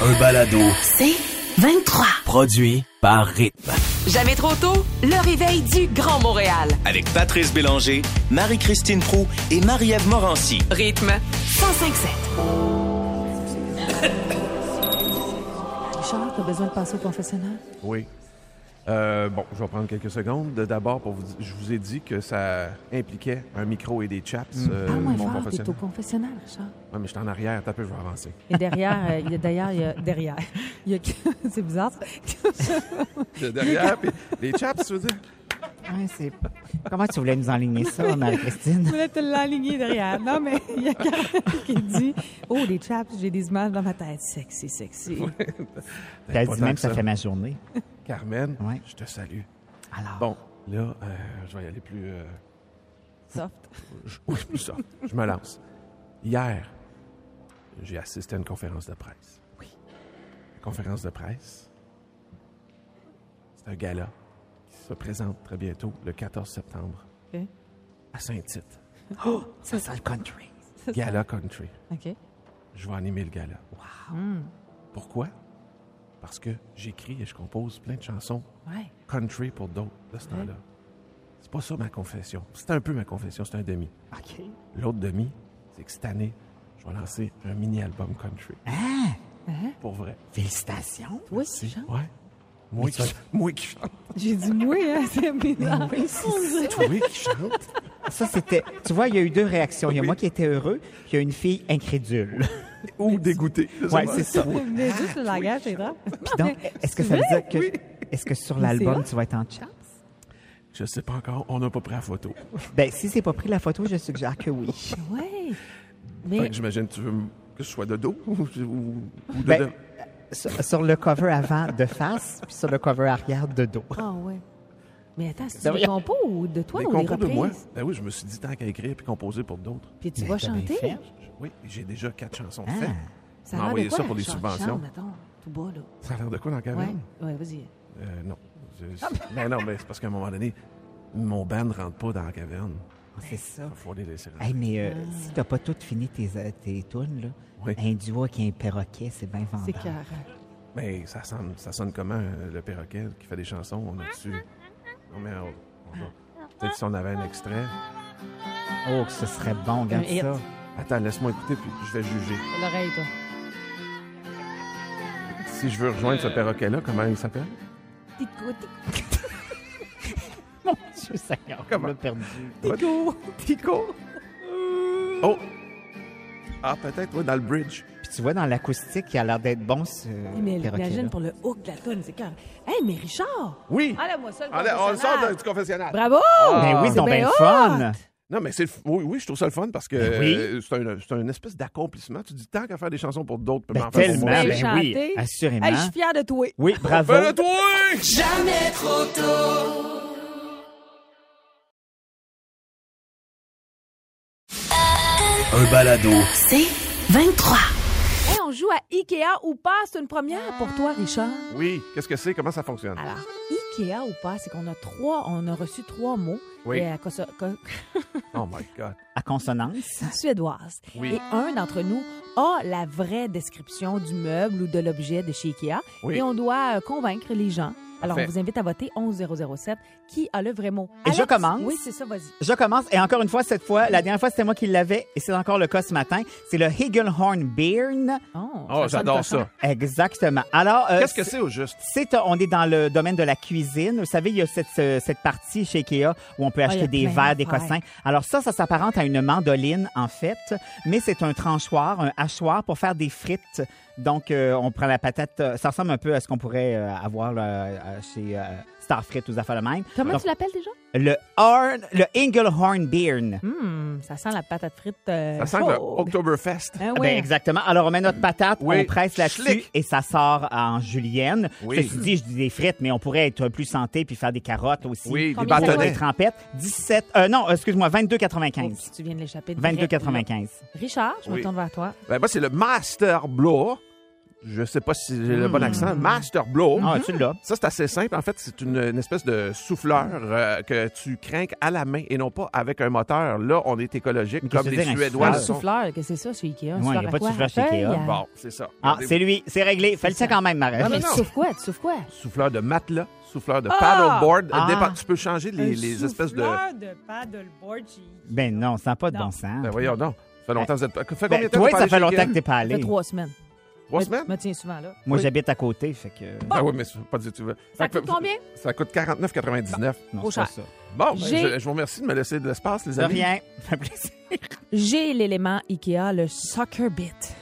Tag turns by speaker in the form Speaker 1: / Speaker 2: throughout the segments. Speaker 1: Un balado
Speaker 2: C'est 23.
Speaker 1: produit par Rythme.
Speaker 2: Jamais trop tôt, le réveil du Grand Montréal.
Speaker 3: avec Patrice Bélanger, Marie-Christine Prou et Marie-Ève Morancy.
Speaker 2: Rythme 1057.
Speaker 4: Richard, t'as besoin de passer au confessionnal?
Speaker 5: Oui. Euh, bon, je vais prendre quelques secondes. De- D'abord, pour vous, di- je vous ai dit que ça impliquait un micro et des chaps. euh,
Speaker 4: Ah, moins
Speaker 5: mon
Speaker 4: fort, t'es au
Speaker 5: professionnel.
Speaker 4: confessionnal, Richard.
Speaker 5: Ouais, mais je suis en arrière. T'as peu, je vais avancer.
Speaker 4: Et derrière, euh, il y a d'ailleurs, il y a derrière. Il y a... c'est bizarre, ça.
Speaker 5: De Derrière, puis les chaps, tu veux dire?
Speaker 6: Ouais, c'est- Comment tu voulais nous enligner ça, Marie-Christine?
Speaker 4: Je voulais te l'aligner derrière. Non, mais il y a Karen qui dit Oh, des chaps, j'ai des images dans ma tête. Sexy, sexy.
Speaker 6: T'as
Speaker 5: Pas
Speaker 6: dit
Speaker 5: tant
Speaker 6: même
Speaker 5: que
Speaker 6: que ça fait ma journée.
Speaker 5: Carmen,
Speaker 6: Ouais.
Speaker 5: je te salue.
Speaker 6: Alors,
Speaker 5: Bon, là, euh, je vais y aller plus... euh,
Speaker 4: Soft.
Speaker 5: je- oui, plus soft. Je me lance. Hier, j'ai assisté à une conférence de presse. Oui. conférence de presse, c'est un gala qui se présente très bientôt, le 14 septembre,
Speaker 4: OK.
Speaker 5: à Saint-Tite.
Speaker 6: ça sent le country.
Speaker 5: Gala Country.
Speaker 4: OK.
Speaker 5: Je vais animer le gala. Hmm. Pourquoi? Parce que j'écris et je compose plein de chansons
Speaker 4: Ouais.
Speaker 5: country pour d'autres de ce temps-là. C'est pas ça ma confession. C'est un peu ma confession, c'est un demi.
Speaker 6: OK.
Speaker 5: L'autre demi, c'est que cette année, je vais lancer un mini-album country.
Speaker 6: Ah!
Speaker 5: Pour vrai.
Speaker 6: Félicitations.
Speaker 4: Oui,
Speaker 5: Si.
Speaker 4: Richard.
Speaker 5: Ouais. Moi qui, moi qui chante.
Speaker 4: J'ai dit Oui, hein, c'est bizarre.
Speaker 6: Oui, c'est ça.
Speaker 5: Toi qui chante.
Speaker 6: Ça, c'était. Tu vois, il y a eu deux réactions. Il y a moi qui étais heureux, puis il y a une fille incrédule.
Speaker 5: Ou dégoûté.
Speaker 6: Ouais, c'est ça. Puis
Speaker 4: Mais juste le langage, c'est drôle.
Speaker 6: donc,
Speaker 5: Ah,
Speaker 6: est-ce que ça veut dire que. Est-ce que sur l'album, tu vas être en chat?
Speaker 5: Je sais pas encore. On n'a pas pris la photo.
Speaker 6: Ben, si c'est pas pris la photo, je suggère que oui.
Speaker 4: Oui.
Speaker 5: Fait
Speaker 4: Mais
Speaker 5: que J'imagine que tu veux m- que je sois de dos ou, ou- ou de
Speaker 6: Ben,
Speaker 5: devant.
Speaker 6: sur, sur le cover avant de face, puis sur le cover arrière de dos.
Speaker 4: Ah ouais. Mais attends, c'est
Speaker 6: Ça
Speaker 4: des
Speaker 6: va.
Speaker 4: compos ou de toi
Speaker 5: Ben Des
Speaker 4: ou des
Speaker 5: concours de moi.
Speaker 4: reprises?
Speaker 5: Ben oui, je me suis dit tant qu'à écrire puis composer pour d'autres.
Speaker 4: Puis tu
Speaker 6: Mais
Speaker 4: vas
Speaker 6: t'as bien
Speaker 4: chanter.
Speaker 6: fait.
Speaker 5: Oui, j'ai déjà quatre chansons de
Speaker 6: Ah.
Speaker 5: faites.
Speaker 4: Ça
Speaker 5: On
Speaker 4: a
Speaker 5: a
Speaker 4: l'air de
Speaker 5: envoyé
Speaker 4: quoi,
Speaker 5: ça pour les
Speaker 4: Richard?
Speaker 5: subventions. Ben
Speaker 4: Chante, mettons, tout bas, là.
Speaker 5: Ça a l'air de quoi dans la
Speaker 4: Ouais,
Speaker 5: caverne?
Speaker 4: ouais, vas-y.
Speaker 5: Euh, non. Je-
Speaker 6: Ah
Speaker 5: Ben non, mais c'est parce qu'à un moment donné, mon band ne rentre pas dans la caverne.
Speaker 6: Ah, C'est ça.
Speaker 5: Il faut les laisser rentrer.
Speaker 6: Hey, mais euh, si t'as pas tout fini tes, euh, tes tunes, là,
Speaker 5: Ah. Oui.
Speaker 6: un duo qui est un perroquet, c'est bien vendeur.
Speaker 4: C'est
Speaker 5: ben.
Speaker 4: cœur.
Speaker 5: Mais ça sonne, ça sonne comment, euh, le perroquet qui fait des chansons? On a dessus. Non, mais on, on va- Peut-être si on avait un extrait. Oh,
Speaker 6: Oh, que ce serait bon, regarde
Speaker 4: hit.
Speaker 6: ça.
Speaker 5: Attends, laisse-moi écouter, puis je vais juger.
Speaker 4: L'oreille, toi.
Speaker 5: Si je veux rejoindre ce perroquet-là, comment il s'appelle?
Speaker 4: Petite côte.
Speaker 6: Mon Dieu Seigneur,
Speaker 5: Comment?
Speaker 6: on l'a perdu.
Speaker 5: Tico! Tico! Oh! Ah, peut-être, oui, dans le bridge.
Speaker 6: Puis tu vois, dans l'acoustique, il a l'air d'être bon, ce
Speaker 4: Mais
Speaker 6: perroquet
Speaker 4: imagine pour le hook de la toune, c'est cœur. Hey, mais Richard!
Speaker 5: Oui!
Speaker 4: Allez-moi ça, Ah, le
Speaker 5: Allez, on le sort
Speaker 4: confessionnal.
Speaker 5: de- du confessionnal.
Speaker 4: Bravo!
Speaker 6: Ben oui,
Speaker 4: C'est
Speaker 6: ils ont bien
Speaker 4: bien
Speaker 6: le fun.
Speaker 5: Non, mais c'est le f- oui, oui, je trouve ça le fun parce que
Speaker 6: Ben oui.
Speaker 5: euh, c'est un, c'est un espèce d'accomplissement. Tu dis tant qu'à faire des chansons pour d'autres, tu peux
Speaker 6: Ben
Speaker 5: m'en faire pour
Speaker 6: tellement,
Speaker 5: moi.
Speaker 6: ben
Speaker 4: Bien
Speaker 6: oui,
Speaker 4: chanté.
Speaker 6: assurément.
Speaker 4: Hey, je suis fière de toi.
Speaker 6: Oui, bravo.
Speaker 5: Fais-le toi!
Speaker 1: Un balado.
Speaker 2: C'est 23.
Speaker 4: Hey, on joue à Ikea ou pas, c'est une première pour toi, Richard.
Speaker 5: Oui, qu'est-ce que c'est? Comment ça fonctionne?
Speaker 4: Alors, Ikea ou pas, c'est qu'on a trois, on a reçu trois mots euh,
Speaker 5: Oui.
Speaker 4: et à cause- co-
Speaker 5: Oh my God.
Speaker 6: À consonance.
Speaker 4: suédoises.
Speaker 5: Oui.
Speaker 4: Et un d'entre nous a la vraie description du meuble ou de l'objet de chez Ikea.
Speaker 5: Oui.
Speaker 4: Et on doit euh, convaincre les gens. Alors, on
Speaker 5: Parfait.
Speaker 4: vous invite à voter 11007. Qui a le vrai mot?
Speaker 6: Et je commence.
Speaker 4: Oui, c'est ça, vas-y.
Speaker 6: Je commence, et encore une fois, cette fois, la dernière fois, c'était moi qui l'avais, et c'est encore le cas ce matin. C'est le Higgelhorn Beern.
Speaker 5: Oh,
Speaker 4: ça sonne
Speaker 5: j'adore
Speaker 4: cochon.
Speaker 5: ça.
Speaker 6: Exactement. Alors, euh,
Speaker 5: Qu'est-ce que c'est au juste?
Speaker 6: C'est, euh, on est dans le domaine de la cuisine. Vous savez, il y a cette, ce- cette partie chez Ikea où on peut
Speaker 4: Ah, il y
Speaker 6: acheter
Speaker 4: a
Speaker 6: des
Speaker 4: plein
Speaker 6: verres, des
Speaker 4: d'affaires.
Speaker 6: cossins. Alors ça, ça s'apparente à une mandoline, en fait, mais c'est un tranchoir, un hachoir pour faire des frites. Donc, euh, on prend la patate. euh, Ça ressemble un peu à ce qu'on pourrait euh, avoir là, euh, chez euh, Star Frites ou affaires de même.
Speaker 4: Comment
Speaker 6: Donc,
Speaker 4: tu l'appelles déjà?
Speaker 6: le, Horn, le Inglehorn Beern.
Speaker 4: Hmm, ça sent la patate frite. euh,
Speaker 5: Ça sent le Eh
Speaker 4: chaude.
Speaker 5: Oktoberfest.
Speaker 4: Hein,
Speaker 6: Ben,
Speaker 4: ouais.
Speaker 6: exactement. Alors, on met notre patate,
Speaker 5: Oui.
Speaker 6: on presse là-dessus
Speaker 5: Schlick.
Speaker 6: et ça sort en julienne.
Speaker 5: Oui.
Speaker 6: Ceci dit, je dis des frites, mais on pourrait être plus santé puis faire des carottes aussi.
Speaker 5: Oui, des
Speaker 4: Combien ça
Speaker 6: Des
Speaker 5: bâtonnets.
Speaker 6: trempettes. 17... euh, non, excuse-moi,
Speaker 4: Oh,
Speaker 6: 22,95.
Speaker 4: si tu viens de l'échapper. direct, là.
Speaker 6: 22,95.
Speaker 4: Richard, je me
Speaker 5: Oui.
Speaker 4: tourne vers toi.
Speaker 5: Ben, moi, c'est le Master Blow. je sais pas si j'ai le bon accent, Master Blow.
Speaker 6: Hmm. Ah, tu l'as.
Speaker 5: Ça, c'est assez simple. En fait, c'est une, une espèce de souffleur euh, que tu crains à la main et non pas avec un moteur. Là, on est écologique,
Speaker 6: Mais
Speaker 5: comme
Speaker 6: qu'est-ce que
Speaker 5: les
Speaker 6: tu veux dire, un
Speaker 5: Suédois le
Speaker 6: souffleur?
Speaker 5: sont.
Speaker 4: Souffleur, que c'est ça chez Ikea?
Speaker 6: Ouais, y a
Speaker 4: à
Speaker 6: pas de
Speaker 4: quoi?
Speaker 6: souffleur chez
Speaker 4: À
Speaker 6: Ikea.
Speaker 4: feuille?
Speaker 5: Bon, c'est ça.
Speaker 6: Ah,
Speaker 5: Regardez-vous.
Speaker 6: c'est lui. C'est réglé. Fais-le ça quand même, Marie.
Speaker 4: Ouais, mais
Speaker 5: non.
Speaker 4: tu souffles quoi? Tu souffles quoi?
Speaker 5: Souffleur de matelas, souffleur de
Speaker 7: Ah!
Speaker 5: paddleboard.
Speaker 6: Ah!
Speaker 5: Dépend- tu peux changer
Speaker 7: Un
Speaker 5: les, les espèces de.
Speaker 7: souffleur de paddleboard, j'ai-
Speaker 6: Ben non, ça n'a pas de
Speaker 7: Non.
Speaker 6: bon sens.
Speaker 5: Ben voyons donc. Ça fait longtemps que vous êtes pas. Fait combien
Speaker 6: Ben,
Speaker 5: de temps que
Speaker 6: toi, ça
Speaker 5: vous parlez
Speaker 6: fait
Speaker 5: chez
Speaker 6: longtemps Ben
Speaker 5: Ikea?
Speaker 6: que t'es pas
Speaker 4: Ça
Speaker 6: allé.
Speaker 4: fait trois semaines.
Speaker 5: Trois
Speaker 4: Je
Speaker 5: semaines?
Speaker 4: me tiens souvent là.
Speaker 6: Moi,
Speaker 5: Oui.
Speaker 6: j'habite à côté, fait que. euh,
Speaker 5: Ah oui, mais c'est pas du tout.
Speaker 4: Ça
Speaker 5: Fait que-
Speaker 4: coûte combien?
Speaker 5: Ça coûte 49,99.
Speaker 6: Non,
Speaker 4: Trop
Speaker 6: c'est pas
Speaker 4: cher.
Speaker 6: ça.
Speaker 5: Bon, ben,
Speaker 4: J'ai-
Speaker 5: je, je vous remercie de me laisser de l'espace, les
Speaker 6: De
Speaker 5: amis.
Speaker 6: rien. Fait plaisir.
Speaker 4: J'ai l'élément Ikea, le soccer bit.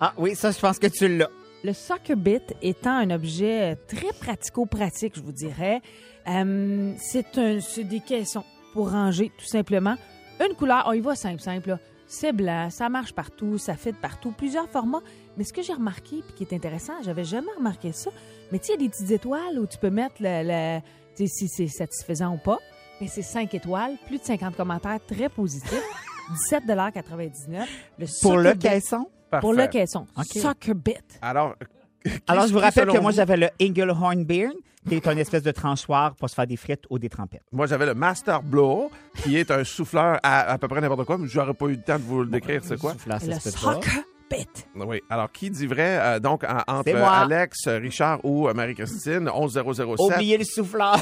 Speaker 6: Ah oui, ça, je pense que tu l'as.
Speaker 4: Le soccer bit étant un objet très pratico-pratique, je vous dirais, euh, c'est un, c'est des caissons pour ranger tout simplement. Une couleur, on y va simple, simple. là. C'est blanc, ça marche partout, ça fit partout, plusieurs formats. Mais ce que j'ai remarqué, puis qui est intéressant, j'avais jamais remarqué ça, mais tu sais, il y a des petites étoiles où tu peux mettre le, le- tu sais, si c'est satisfaisant ou pas. Mais c'est 5 étoiles, plus de 50 commentaires très positifs, 17,99 le
Speaker 6: Pour
Speaker 4: soccer
Speaker 6: le
Speaker 4: bit.
Speaker 6: caisson.
Speaker 5: Parfait.
Speaker 4: Pour le caisson.
Speaker 6: OK.
Speaker 4: Soccer bit.
Speaker 5: Alors,
Speaker 6: Alors, je vous rappelle
Speaker 5: selon
Speaker 6: que moi,
Speaker 5: vous-
Speaker 6: j'avais le Ingelhorn Beer, qui est une espèce de tranchoir pour se faire des frites ou des trempettes.
Speaker 5: moi, j'avais le Master Blow, qui est un souffleur à à peu près n'importe quoi, mais j'aurais pas eu le temps de vous le décrire, c'est quoi?
Speaker 6: Souffleur, ça
Speaker 4: Le
Speaker 6: se peut pas.
Speaker 4: soccer bit.
Speaker 5: Oui. Alors, qui dit vrai, euh, donc, en- entre
Speaker 6: C'est moi.
Speaker 5: Alex, Richard ou euh, Marie-Christine, 11007.
Speaker 6: Oubliez le souffleur.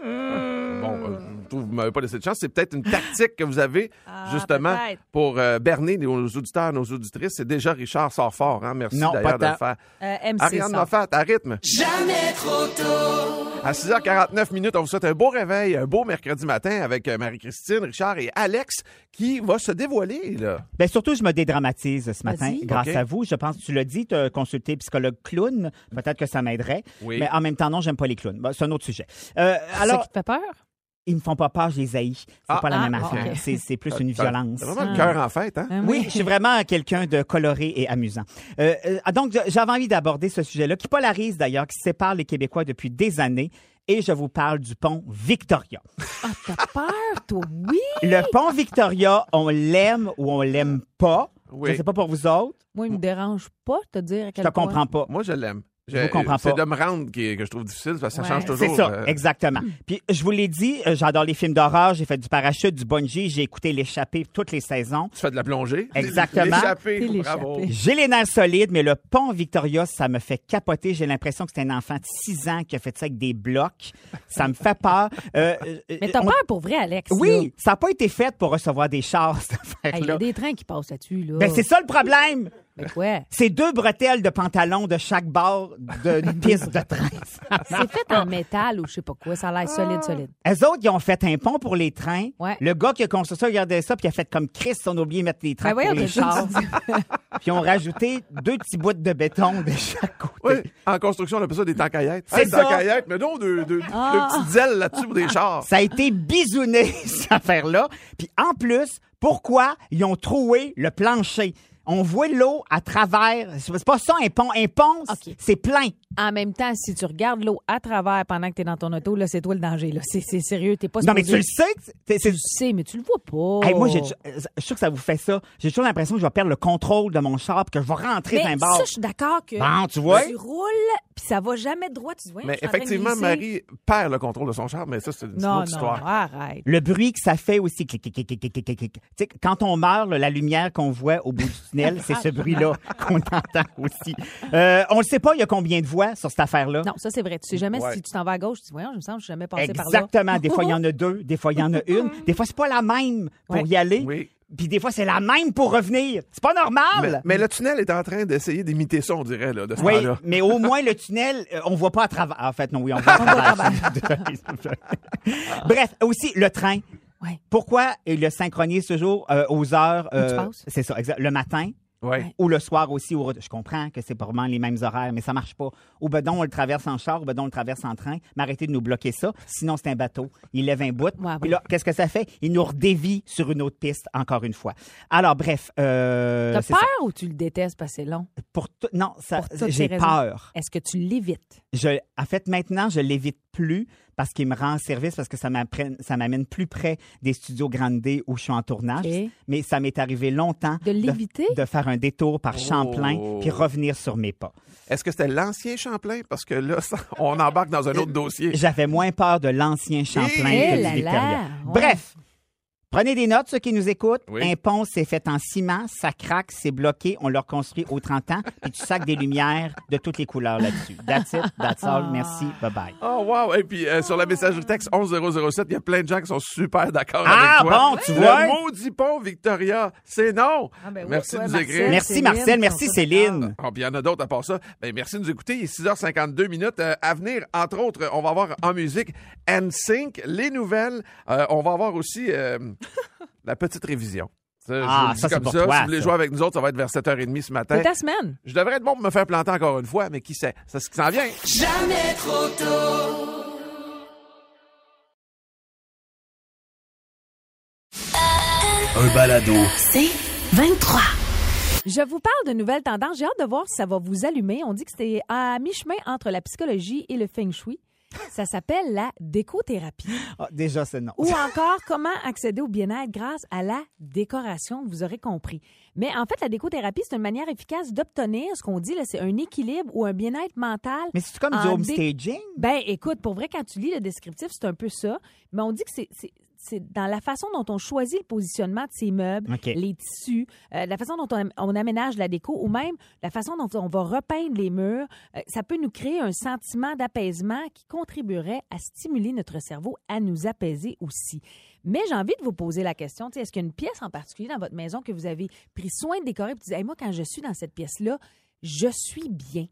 Speaker 5: Bon, euh, je trouve que vous m'avez pas laissé de chance. C'est peut-être une tactique que vous avez,
Speaker 6: Ah,
Speaker 5: justement,
Speaker 7: peut-être.
Speaker 5: pour euh, berner nos auditeurs, nos auditrices. C'est déjà Richard sort fort, hein? Merci
Speaker 6: Non,
Speaker 5: d'ailleurs de
Speaker 6: pas
Speaker 5: le faire.
Speaker 4: Euh, MC
Speaker 5: Ariane
Speaker 4: ça.
Speaker 5: Moffat, à rythme. À 6h49 minutes, on vous souhaite un beau réveil, un beau mercredi matin avec euh, Marie-Christine, Richard et Alex qui va se dévoiler, là.
Speaker 6: Ben surtout, je me dédramatise ce matin
Speaker 4: Vas-y.
Speaker 6: grâce
Speaker 5: OK.
Speaker 6: à vous. Je pense que tu l'as dit, te consulter psychologue clown. Peut-être que ça m'aiderait.
Speaker 5: Oui.
Speaker 6: Mais en même temps, non, j'aime pas les clowns. Bon, c'est un autre sujet. Euh,
Speaker 4: Alors,
Speaker 6: alors,
Speaker 4: ça qui te fait peur?
Speaker 6: ils me font pas peur, je les haïs. C'est
Speaker 5: Ah, Euh,
Speaker 6: pas la
Speaker 4: ah,
Speaker 6: même
Speaker 4: bon,
Speaker 6: affaire.
Speaker 4: OK.
Speaker 6: C'est- C'est plus une
Speaker 5: T'as-
Speaker 6: violence.
Speaker 5: T'as vraiment le cœur en fête, hein?
Speaker 4: Euh, Ah
Speaker 6: Oui, je suis vraiment quelqu'un de coloré et amusant. Euh, euh, ah, donc, je- j'avais envie d'aborder ce sujet-là, qui polarise d'ailleurs, qui sépare les Québécois depuis des années. Et je vous parle du pont Victoria.
Speaker 4: Ah, t'as peur, toi? Oui!
Speaker 6: Le pont Victoria, on l'aime ou on l'aime pas.
Speaker 5: Oui.
Speaker 6: Je sais pas pour vous autres,
Speaker 4: Moi, il me dérange pas de te dire à
Speaker 6: je
Speaker 4: quel
Speaker 6: te
Speaker 4: point.
Speaker 6: comprends pas.
Speaker 5: Moi, je l'aime.
Speaker 6: Je vous comprends
Speaker 5: C'est
Speaker 6: pas.
Speaker 5: de me rendre qui- que je trouve difficile parce que ça
Speaker 4: Ouais.
Speaker 5: change
Speaker 6: C'est
Speaker 5: toujours.
Speaker 6: ça,
Speaker 5: euh,
Speaker 6: exactement. Puis je vous l'ai dit, euh, j'adore les films d'horreur, j'ai fait du parachute, du bungee, j'ai écouté l'échappée toutes les saisons.
Speaker 5: Tu fais de la plongée.
Speaker 6: Exactement.
Speaker 5: L'échappée,
Speaker 4: T'es
Speaker 5: bravo.
Speaker 4: l'échappée.
Speaker 6: J'ai les nerfs solides, mais le pont Victoria, ça me fait capoter. J'ai l'impression que c'est un enfant de 6 ans qui a fait ça avec des blocs. Ça me fait peur. Euh, euh,
Speaker 4: Mais t'as
Speaker 6: on-
Speaker 4: peur pour vrai, Alex? là.
Speaker 6: Oui, ça n'a pas été fait pour recevoir des chars, cette
Speaker 4: Hey, Il y
Speaker 6: affaire-là.
Speaker 4: a des trains qui passent là-dessus, là.
Speaker 6: Ben, c'est ça le problème.
Speaker 4: Ben, quoi?
Speaker 6: C'est deux bretelles de pantalon de chaque bord d'une piste de train.
Speaker 4: C'est fait en métal ou je sais pas quoi. Ça a l'air
Speaker 6: Ah.
Speaker 4: solide, solide.
Speaker 6: Elles autres, ils ont fait un pont pour les trains.
Speaker 4: Ouais.
Speaker 6: Le gars qui a construit ça, il regardait ça, puis il a fait comme Chris, on a oublié de mettre les trains
Speaker 4: Ben voyons,
Speaker 6: pour les
Speaker 4: t'as
Speaker 6: chars.
Speaker 4: dit-
Speaker 6: puis ils ont rajouté deux petits bouts de béton de chaque côté.
Speaker 5: Oui, en construction, on appelle ça des tankaillettes.
Speaker 6: C'est ça.
Speaker 5: tankaillettes, mais non, deux, deux, deux petites ailes là-dessus pour des chars.
Speaker 6: Ça a été bisouné, cette affaire-là. Puis en plus, pourquoi ils ont troué le plancher? On voit l'eau à travers. C'est pas ça un pont. Un pont, c-
Speaker 4: OK.
Speaker 6: c'est plein.
Speaker 4: En même temps, si tu regardes l'eau à travers pendant que t'es dans ton auto, là, c'est toi le danger, là. C'est, c'est sérieux. T'es pas
Speaker 6: Non, mais tu
Speaker 4: supposé-
Speaker 6: le sais. que c'est- c'est-
Speaker 4: Tu le sais, mais tu le vois pas.
Speaker 6: Hey, moi, j'ai- je suis sûr que ça vous fait ça. J'ai toujours l'impression que je vais perdre le contrôle de mon char puis que je vais rentrer
Speaker 4: Mais
Speaker 6: dans un bar.
Speaker 4: ça, je suis d'accord que
Speaker 6: Bon, tu vois.
Speaker 4: tu roules, puis ça va jamais droit. Tu dis, Voyons,
Speaker 5: Mais
Speaker 4: je suis en train de
Speaker 5: effectivement,
Speaker 4: glisser.
Speaker 5: Marie perd le contrôle de son char, mais ça, c'est une
Speaker 4: Non,
Speaker 5: autre
Speaker 4: non,
Speaker 5: histoire.
Speaker 4: arrête.
Speaker 6: Le bruit que ça fait aussi. clic, clic, clic, clic, clic, clic, clic, clic. Tu sais, quand on meurt, là, la lumière qu'on voit au bout du tunnel, c'est ce bruit-là qu'on entend aussi. Euh, on ne sait pas il y a combien de voix sur cette affaire-là.
Speaker 4: Non, ça, c'est vrai. Tu sais jamais
Speaker 5: Ouais.
Speaker 4: si tu t'en vas à gauche, tu dis, voyons, je me sens, je suis jamais passé par là.
Speaker 6: Exactement. Des fois, il y en a deux. Des fois, il y en a une. Des fois, c'est pas la même pour
Speaker 4: Ouais.
Speaker 6: y aller.
Speaker 5: Oui.
Speaker 6: Puis des fois, c'est la même pour revenir. C'est pas
Speaker 5: Mais,
Speaker 6: normal.
Speaker 5: mais le tunnel est en train d'essayer d'imiter ça, on dirait, là, de ce
Speaker 6: oui,
Speaker 5: là
Speaker 6: mais au moins le tunnel, euh, on voit pas à travers. En fait, non, oui, on voit à travers. Bref, aussi le train.
Speaker 4: Ouais.
Speaker 6: Pourquoi il le synchronise toujours euh, aux heures
Speaker 4: tu passes.
Speaker 6: C'est ça, exact. Le matin
Speaker 5: Oui.
Speaker 6: ou le soir aussi. au retour. je comprends que c'est pas vraiment les mêmes horaires, mais ça marche pas. Au bedon, on le traverse en char, au bedon, on le traverse en train. Mais arrêtez de nous bloquer ça. Sinon, c'est un bateau. Il lève un bout.
Speaker 4: ouais.
Speaker 6: Puis là, qu'est-ce que ça fait? Il nous redévie sur une autre piste, encore une fois. Alors, bref. Euh,
Speaker 4: T'as
Speaker 6: c'est
Speaker 4: peur
Speaker 6: ça.
Speaker 4: ou tu le détestes parce que c'est long?
Speaker 6: Pour tout- non, ça,
Speaker 4: Pour toutes
Speaker 6: j'ai
Speaker 4: ces raisons.
Speaker 6: peur.
Speaker 4: Est-ce que tu l'évites?
Speaker 6: Je, en fait, maintenant, je l'évite plus parce qu'il me rend service, parce que ça m'apprenne- ça m'amène plus près des studios Grande D où je suis en tournage.
Speaker 4: OK.
Speaker 6: Mais ça m'est arrivé longtemps
Speaker 4: De l'éviter?
Speaker 6: de faire un détour par Champlain puis revenir sur mes pas.
Speaker 5: Est-ce que c'était l'ancien Champlain? Parce que là, ça- on embarque dans un
Speaker 6: Euh,
Speaker 5: autre dossier.
Speaker 6: J'avais moins peur de l'ancien Champlain
Speaker 5: Eh
Speaker 6: que du
Speaker 4: là
Speaker 6: Victoria.
Speaker 4: là, ouais.
Speaker 6: Bref, prenez des notes, ceux qui nous écoutent.
Speaker 5: Oui.
Speaker 6: Un pont, c'est fait en ciment, ça craque, c'est bloqué, on le reconstruit aux 30 ans, puis tu sacs des lumières de toutes les couleurs là-dessus. That's it, that's
Speaker 4: Ah.
Speaker 6: all, merci, bye-bye.
Speaker 5: Oh, wow! Et puis, euh, sur la messagerie texte 11007, il y a plein de gens qui sont super d'accord
Speaker 6: Ah,
Speaker 5: avec toi.
Speaker 6: bon, tu
Speaker 5: Le
Speaker 6: vois?
Speaker 5: maudit pont, Victoria, c'est non!
Speaker 7: Ah, ben oui,
Speaker 5: Merci
Speaker 7: toi,
Speaker 5: de nous
Speaker 7: Marcel.
Speaker 5: écrire.
Speaker 6: Merci
Speaker 7: Céline,
Speaker 6: Marcel, merci
Speaker 7: on se
Speaker 6: Céline.
Speaker 5: Ah, puis il y en a d'autres à part ça. Ben, merci de nous écouter. Il est 6h52 minutes. Euh, à venir, entre autres, on va avoir en musique NSYNC, les nouvelles. Euh, on va avoir aussi euh, la petite révision. Ça, je
Speaker 6: Ah,
Speaker 5: vous le dis
Speaker 6: ça, c'est
Speaker 5: comme
Speaker 6: pour
Speaker 5: ça.
Speaker 6: toi,
Speaker 5: si vous voulez
Speaker 6: ça.
Speaker 5: jouer avec nous autres, ça va être vers 7h30 ce matin.
Speaker 6: hein.
Speaker 4: C'est ta semaine.
Speaker 5: Je devrais être bon pour me faire planter encore une fois, mais qui sait? C'est ce qui s'en vient.
Speaker 1: Un balado.
Speaker 2: C'est 23.
Speaker 4: Je vous parle de nouvelles tendances. J'ai hâte de voir si ça va vous allumer. On dit que c'était à mi-chemin entre la psychologie et le feng shui. Ça s'appelle la décothérapie.
Speaker 6: Ah, déjà, c'est non.
Speaker 4: Ou encore, comment accéder au bien-être grâce à la décoration, vous aurez compris. Mais en fait, la décothérapie, c'est une manière efficace d'obtenir ce qu'on dit, là, c'est un équilibre ou un bien-être mental.
Speaker 6: Mais c'est comme du
Speaker 4: en
Speaker 6: home
Speaker 4: dé-
Speaker 6: staging?
Speaker 4: Ben, écoute, pour vrai, quand tu lis le descriptif, c'est un peu ça. Mais on dit que c'est- c'est. c'est dans la façon dont on choisit le positionnement de ses meubles,
Speaker 6: OK.
Speaker 4: les tissus, euh, la façon dont on, am- on aménage la déco ou même la façon dont on va repeindre les murs, euh, ça peut nous créer un sentiment d'apaisement qui contribuerait à stimuler notre cerveau à nous apaiser aussi. Mais j'ai envie de vous poser la question, tu sais, est-ce qu'il y a une pièce en particulier dans votre maison que vous avez pris soin de décorer et vous dites, Hey, moi, quand je suis dans cette pièce-là, je suis bien.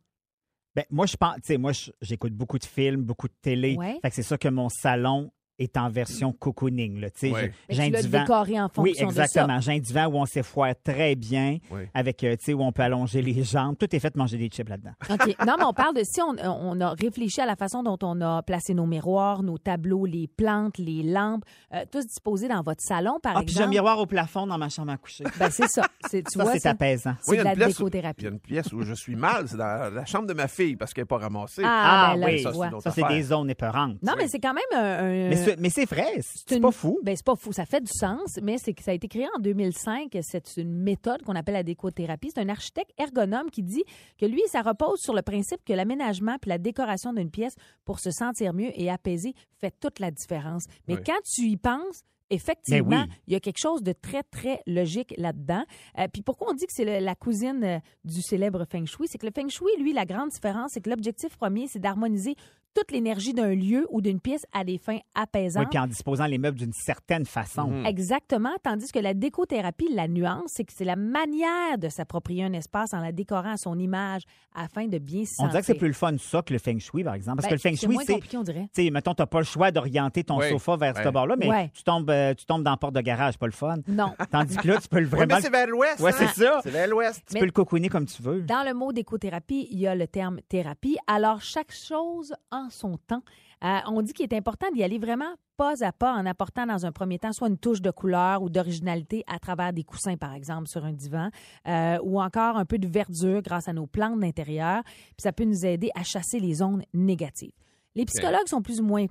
Speaker 6: Ben, moi, je pense, tu sais, moi, je- j'écoute beaucoup de films, beaucoup de télé.
Speaker 4: Ouais. Mm.
Speaker 6: Fait que c'est sûr que mon salon est en version cocooning, là. Tu sais,
Speaker 5: Ouais.
Speaker 6: j'ai-
Speaker 4: Mais
Speaker 6: j'ai
Speaker 4: tu
Speaker 6: un
Speaker 4: l'as
Speaker 6: divan.
Speaker 4: décoré en fonction
Speaker 6: Oui,
Speaker 4: de ça.
Speaker 6: exactement. J'ai un divan où on s'effoire très bien,
Speaker 5: Oui.
Speaker 6: avec, euh, tu sais, où on peut allonger les jambes. Tout est fait de manger des chips là-dedans.
Speaker 4: OK. Non, mais on parle de si on, on a réfléchi à la façon dont on a placé nos miroirs, nos tableaux, les plantes, les lampes, euh, tous disposés dans votre salon, par
Speaker 6: Ah, puis j'ai un
Speaker 4: exemple.
Speaker 6: miroir au plafond dans ma chambre à coucher.
Speaker 4: Ben, c'est ça. C'est, tu
Speaker 6: ça,
Speaker 4: vois,
Speaker 6: c'est
Speaker 4: ça,
Speaker 6: apaisant.
Speaker 4: c'est de
Speaker 5: il y a
Speaker 4: la
Speaker 5: une pièce où-
Speaker 4: décothérapie.
Speaker 5: Il y a une pièce où je suis mal, c'est dans la chambre de ma fille parce qu'elle n'est pas ramassée.
Speaker 4: Ah, ben là,
Speaker 5: oui,
Speaker 4: tu
Speaker 5: ça, c'est
Speaker 4: vois.
Speaker 5: une autre
Speaker 6: Ça, c'est
Speaker 5: affaire.
Speaker 6: des zones épeurantes.
Speaker 4: Non, mais c'est quand même un... un-
Speaker 6: Mais c'est- mais c'est vrai, c'est
Speaker 4: une-
Speaker 6: pas fou.
Speaker 4: Ben, c'est pas fou, ça fait du sens, mais c'est que ça a été créé en 2005. C'est une méthode qu'on appelle la décothérapie. C'est un architecte ergonome qui dit que lui, ça repose sur le principe que l'aménagement puis la décoration d'une pièce pour se sentir mieux et apaiser fait toute la différence. Mais
Speaker 5: Oui.
Speaker 4: quand tu y penses, Effectivement,
Speaker 6: Ben oui.
Speaker 4: il y a quelque chose de très, très logique là-dedans. Euh, puis pourquoi on dit que c'est le- la cousine euh, du célèbre Feng Shui? C'est que le Feng Shui, lui, la grande différence, c'est que l'objectif premier, c'est d'harmoniser toute l'énergie d'un lieu ou d'une pièce à des fins apaisantes.
Speaker 6: Oui, puis en disposant les meubles d'une certaine façon.
Speaker 5: Mm-hmm. Hmm.
Speaker 4: Exactement. Tandis que la décothérapie, la nuance, c'est que c'est la manière de s'approprier un espace en la décorant à son image afin de bien s'y
Speaker 6: On dirait que c'est
Speaker 4: sentir.
Speaker 6: plus le fun ça que le feng shui, par exemple. Parce
Speaker 4: Ben,
Speaker 6: que le feng
Speaker 4: c'est
Speaker 6: shui,
Speaker 4: moins
Speaker 6: c'est.
Speaker 4: compliqué, on dirait.
Speaker 6: Tu sais, mettons, t'as pas le choix d'orienter ton
Speaker 5: Oui.
Speaker 6: sofa vers ce
Speaker 5: Ouais.
Speaker 6: bord-là, mais
Speaker 4: Ouais.
Speaker 6: tu, tombes, euh, tu tombes dans la porte de garage, pas le fun.
Speaker 4: Non.
Speaker 6: Tandis que là, tu peux le
Speaker 5: Ouais,
Speaker 6: vraiment.
Speaker 5: mais c'est vers l'ouest.
Speaker 6: Ouais,
Speaker 5: hein?
Speaker 6: c'est ça.
Speaker 5: C'est vers l'ouest.
Speaker 6: Tu
Speaker 4: Mais-
Speaker 6: peux le cocooner comme tu veux.
Speaker 4: Dans le mot d'écothérapie, il y a le terme thérapie. Alors, chaque chose en son temps. Euh, on dit qu'il est important d'y aller vraiment pas à pas en apportant dans un premier temps soit une touche de couleur ou d'originalité à travers des coussins, par exemple, sur un divan, euh, ou encore un peu de verdure grâce à nos plantes d'intérieur. Puis ça peut nous aider à chasser les zones négatives. Les psychologues sont plus ou moins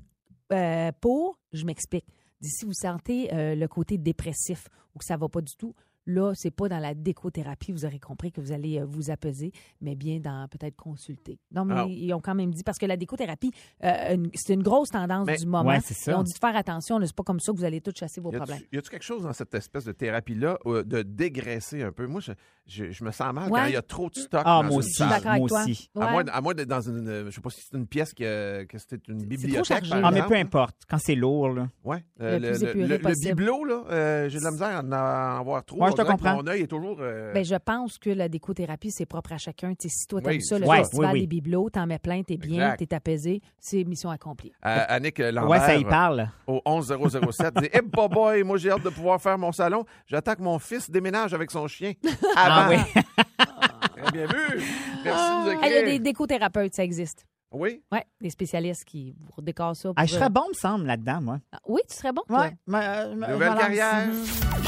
Speaker 4: euh, pour, je m'explique. D'ici, vous sentez euh, le côté dépressif ou que ça va pas du tout. Là, c'est pas dans la décothérapie, vous aurez compris que vous allez euh, vous apaiser, mais bien dans peut-être consulter. Non, mais
Speaker 5: Ah.
Speaker 4: ils ont quand même dit parce que la décothérapie, euh, une- c'est une grosse tendance
Speaker 5: Mais-
Speaker 4: du moment.
Speaker 6: Ouais, c'est ça.
Speaker 4: Ils ont dit de faire attention, là, c'est pas comme ça que vous allez tout chasser vos
Speaker 5: Y a-tu-
Speaker 4: problèmes.
Speaker 5: Y a-tu quelque chose dans cette espèce de thérapie-là euh, de dégraisser un peu? Moi, je, je- je me sens mal
Speaker 4: Ouais.
Speaker 5: quand il y a trop de stock.
Speaker 6: Ah,
Speaker 5: dans
Speaker 6: moi
Speaker 5: une
Speaker 6: aussi.
Speaker 5: salle.
Speaker 4: Je suis d'accord
Speaker 6: Moi
Speaker 4: avec toi.
Speaker 6: aussi.
Speaker 5: À
Speaker 4: Ouais.
Speaker 5: moins, à moins d'être dans une. euh, Je sais pas si c'est une pièce que, euh, que c'était une bibliothèque.
Speaker 4: chargé.
Speaker 5: par
Speaker 6: Ah, mais
Speaker 5: exemple.
Speaker 6: peu importe. Quand c'est lourd, là.
Speaker 5: Ouais. Euh,
Speaker 4: Le
Speaker 5: le,
Speaker 4: plus
Speaker 5: le-
Speaker 4: épuré
Speaker 5: le- le
Speaker 4: possible.
Speaker 5: bibelot, là, euh, j'ai de la misère à en a- en avoir trop.
Speaker 6: Ouais, je te
Speaker 5: On dirait que
Speaker 6: comprends.
Speaker 5: Mon œil est toujours. euh,
Speaker 4: Ben, je pense que la décothérapie, c'est propre à chacun. Tu sais, si toi, t'aimes
Speaker 5: Oui,
Speaker 4: ça, le
Speaker 6: ouais,
Speaker 4: festival
Speaker 6: oui, oui.
Speaker 4: des bibelots, t'en mets plein, t'es bien,
Speaker 5: Exact.
Speaker 4: t'es apaisé, c'est mission accomplie.
Speaker 5: euh, Annick Lambert.
Speaker 6: Ouais, ça y parle.
Speaker 5: au 11007 dit Hey, boy, moi j'ai hâte de pouvoir faire mon salon. J'attends que mon fils déménage avec son chien.
Speaker 6: Ah
Speaker 5: Avant.
Speaker 6: oui.
Speaker 5: Très bien vu. Merci de nous
Speaker 4: Ah, Il y a
Speaker 5: écrire.
Speaker 4: des décothérapeutes, ça existe.
Speaker 5: Oui.
Speaker 4: Oui, des spécialistes qui vous décorent ça.
Speaker 6: Ah,
Speaker 4: pour-
Speaker 6: je serais bon, me semble, là-dedans, moi.
Speaker 4: Ah, Oui, tu serais bon. toi.
Speaker 6: Ouais. mais, euh, je me- je me
Speaker 5: Nouvelle
Speaker 6: lance.
Speaker 5: carrière.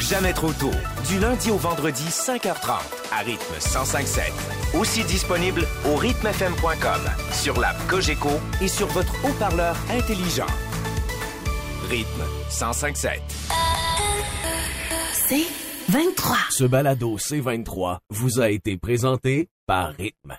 Speaker 8: Jamais trop tôt. Du lundi au vendredi, 5h30, à rythme 105.7. Aussi disponible au rythmefm.com, sur l'app Cogeco et sur votre haut-parleur intelligent. Rythme 105.7.
Speaker 1: C'est 23.
Speaker 3: Ce balado C23 vous a été présenté par Rythme.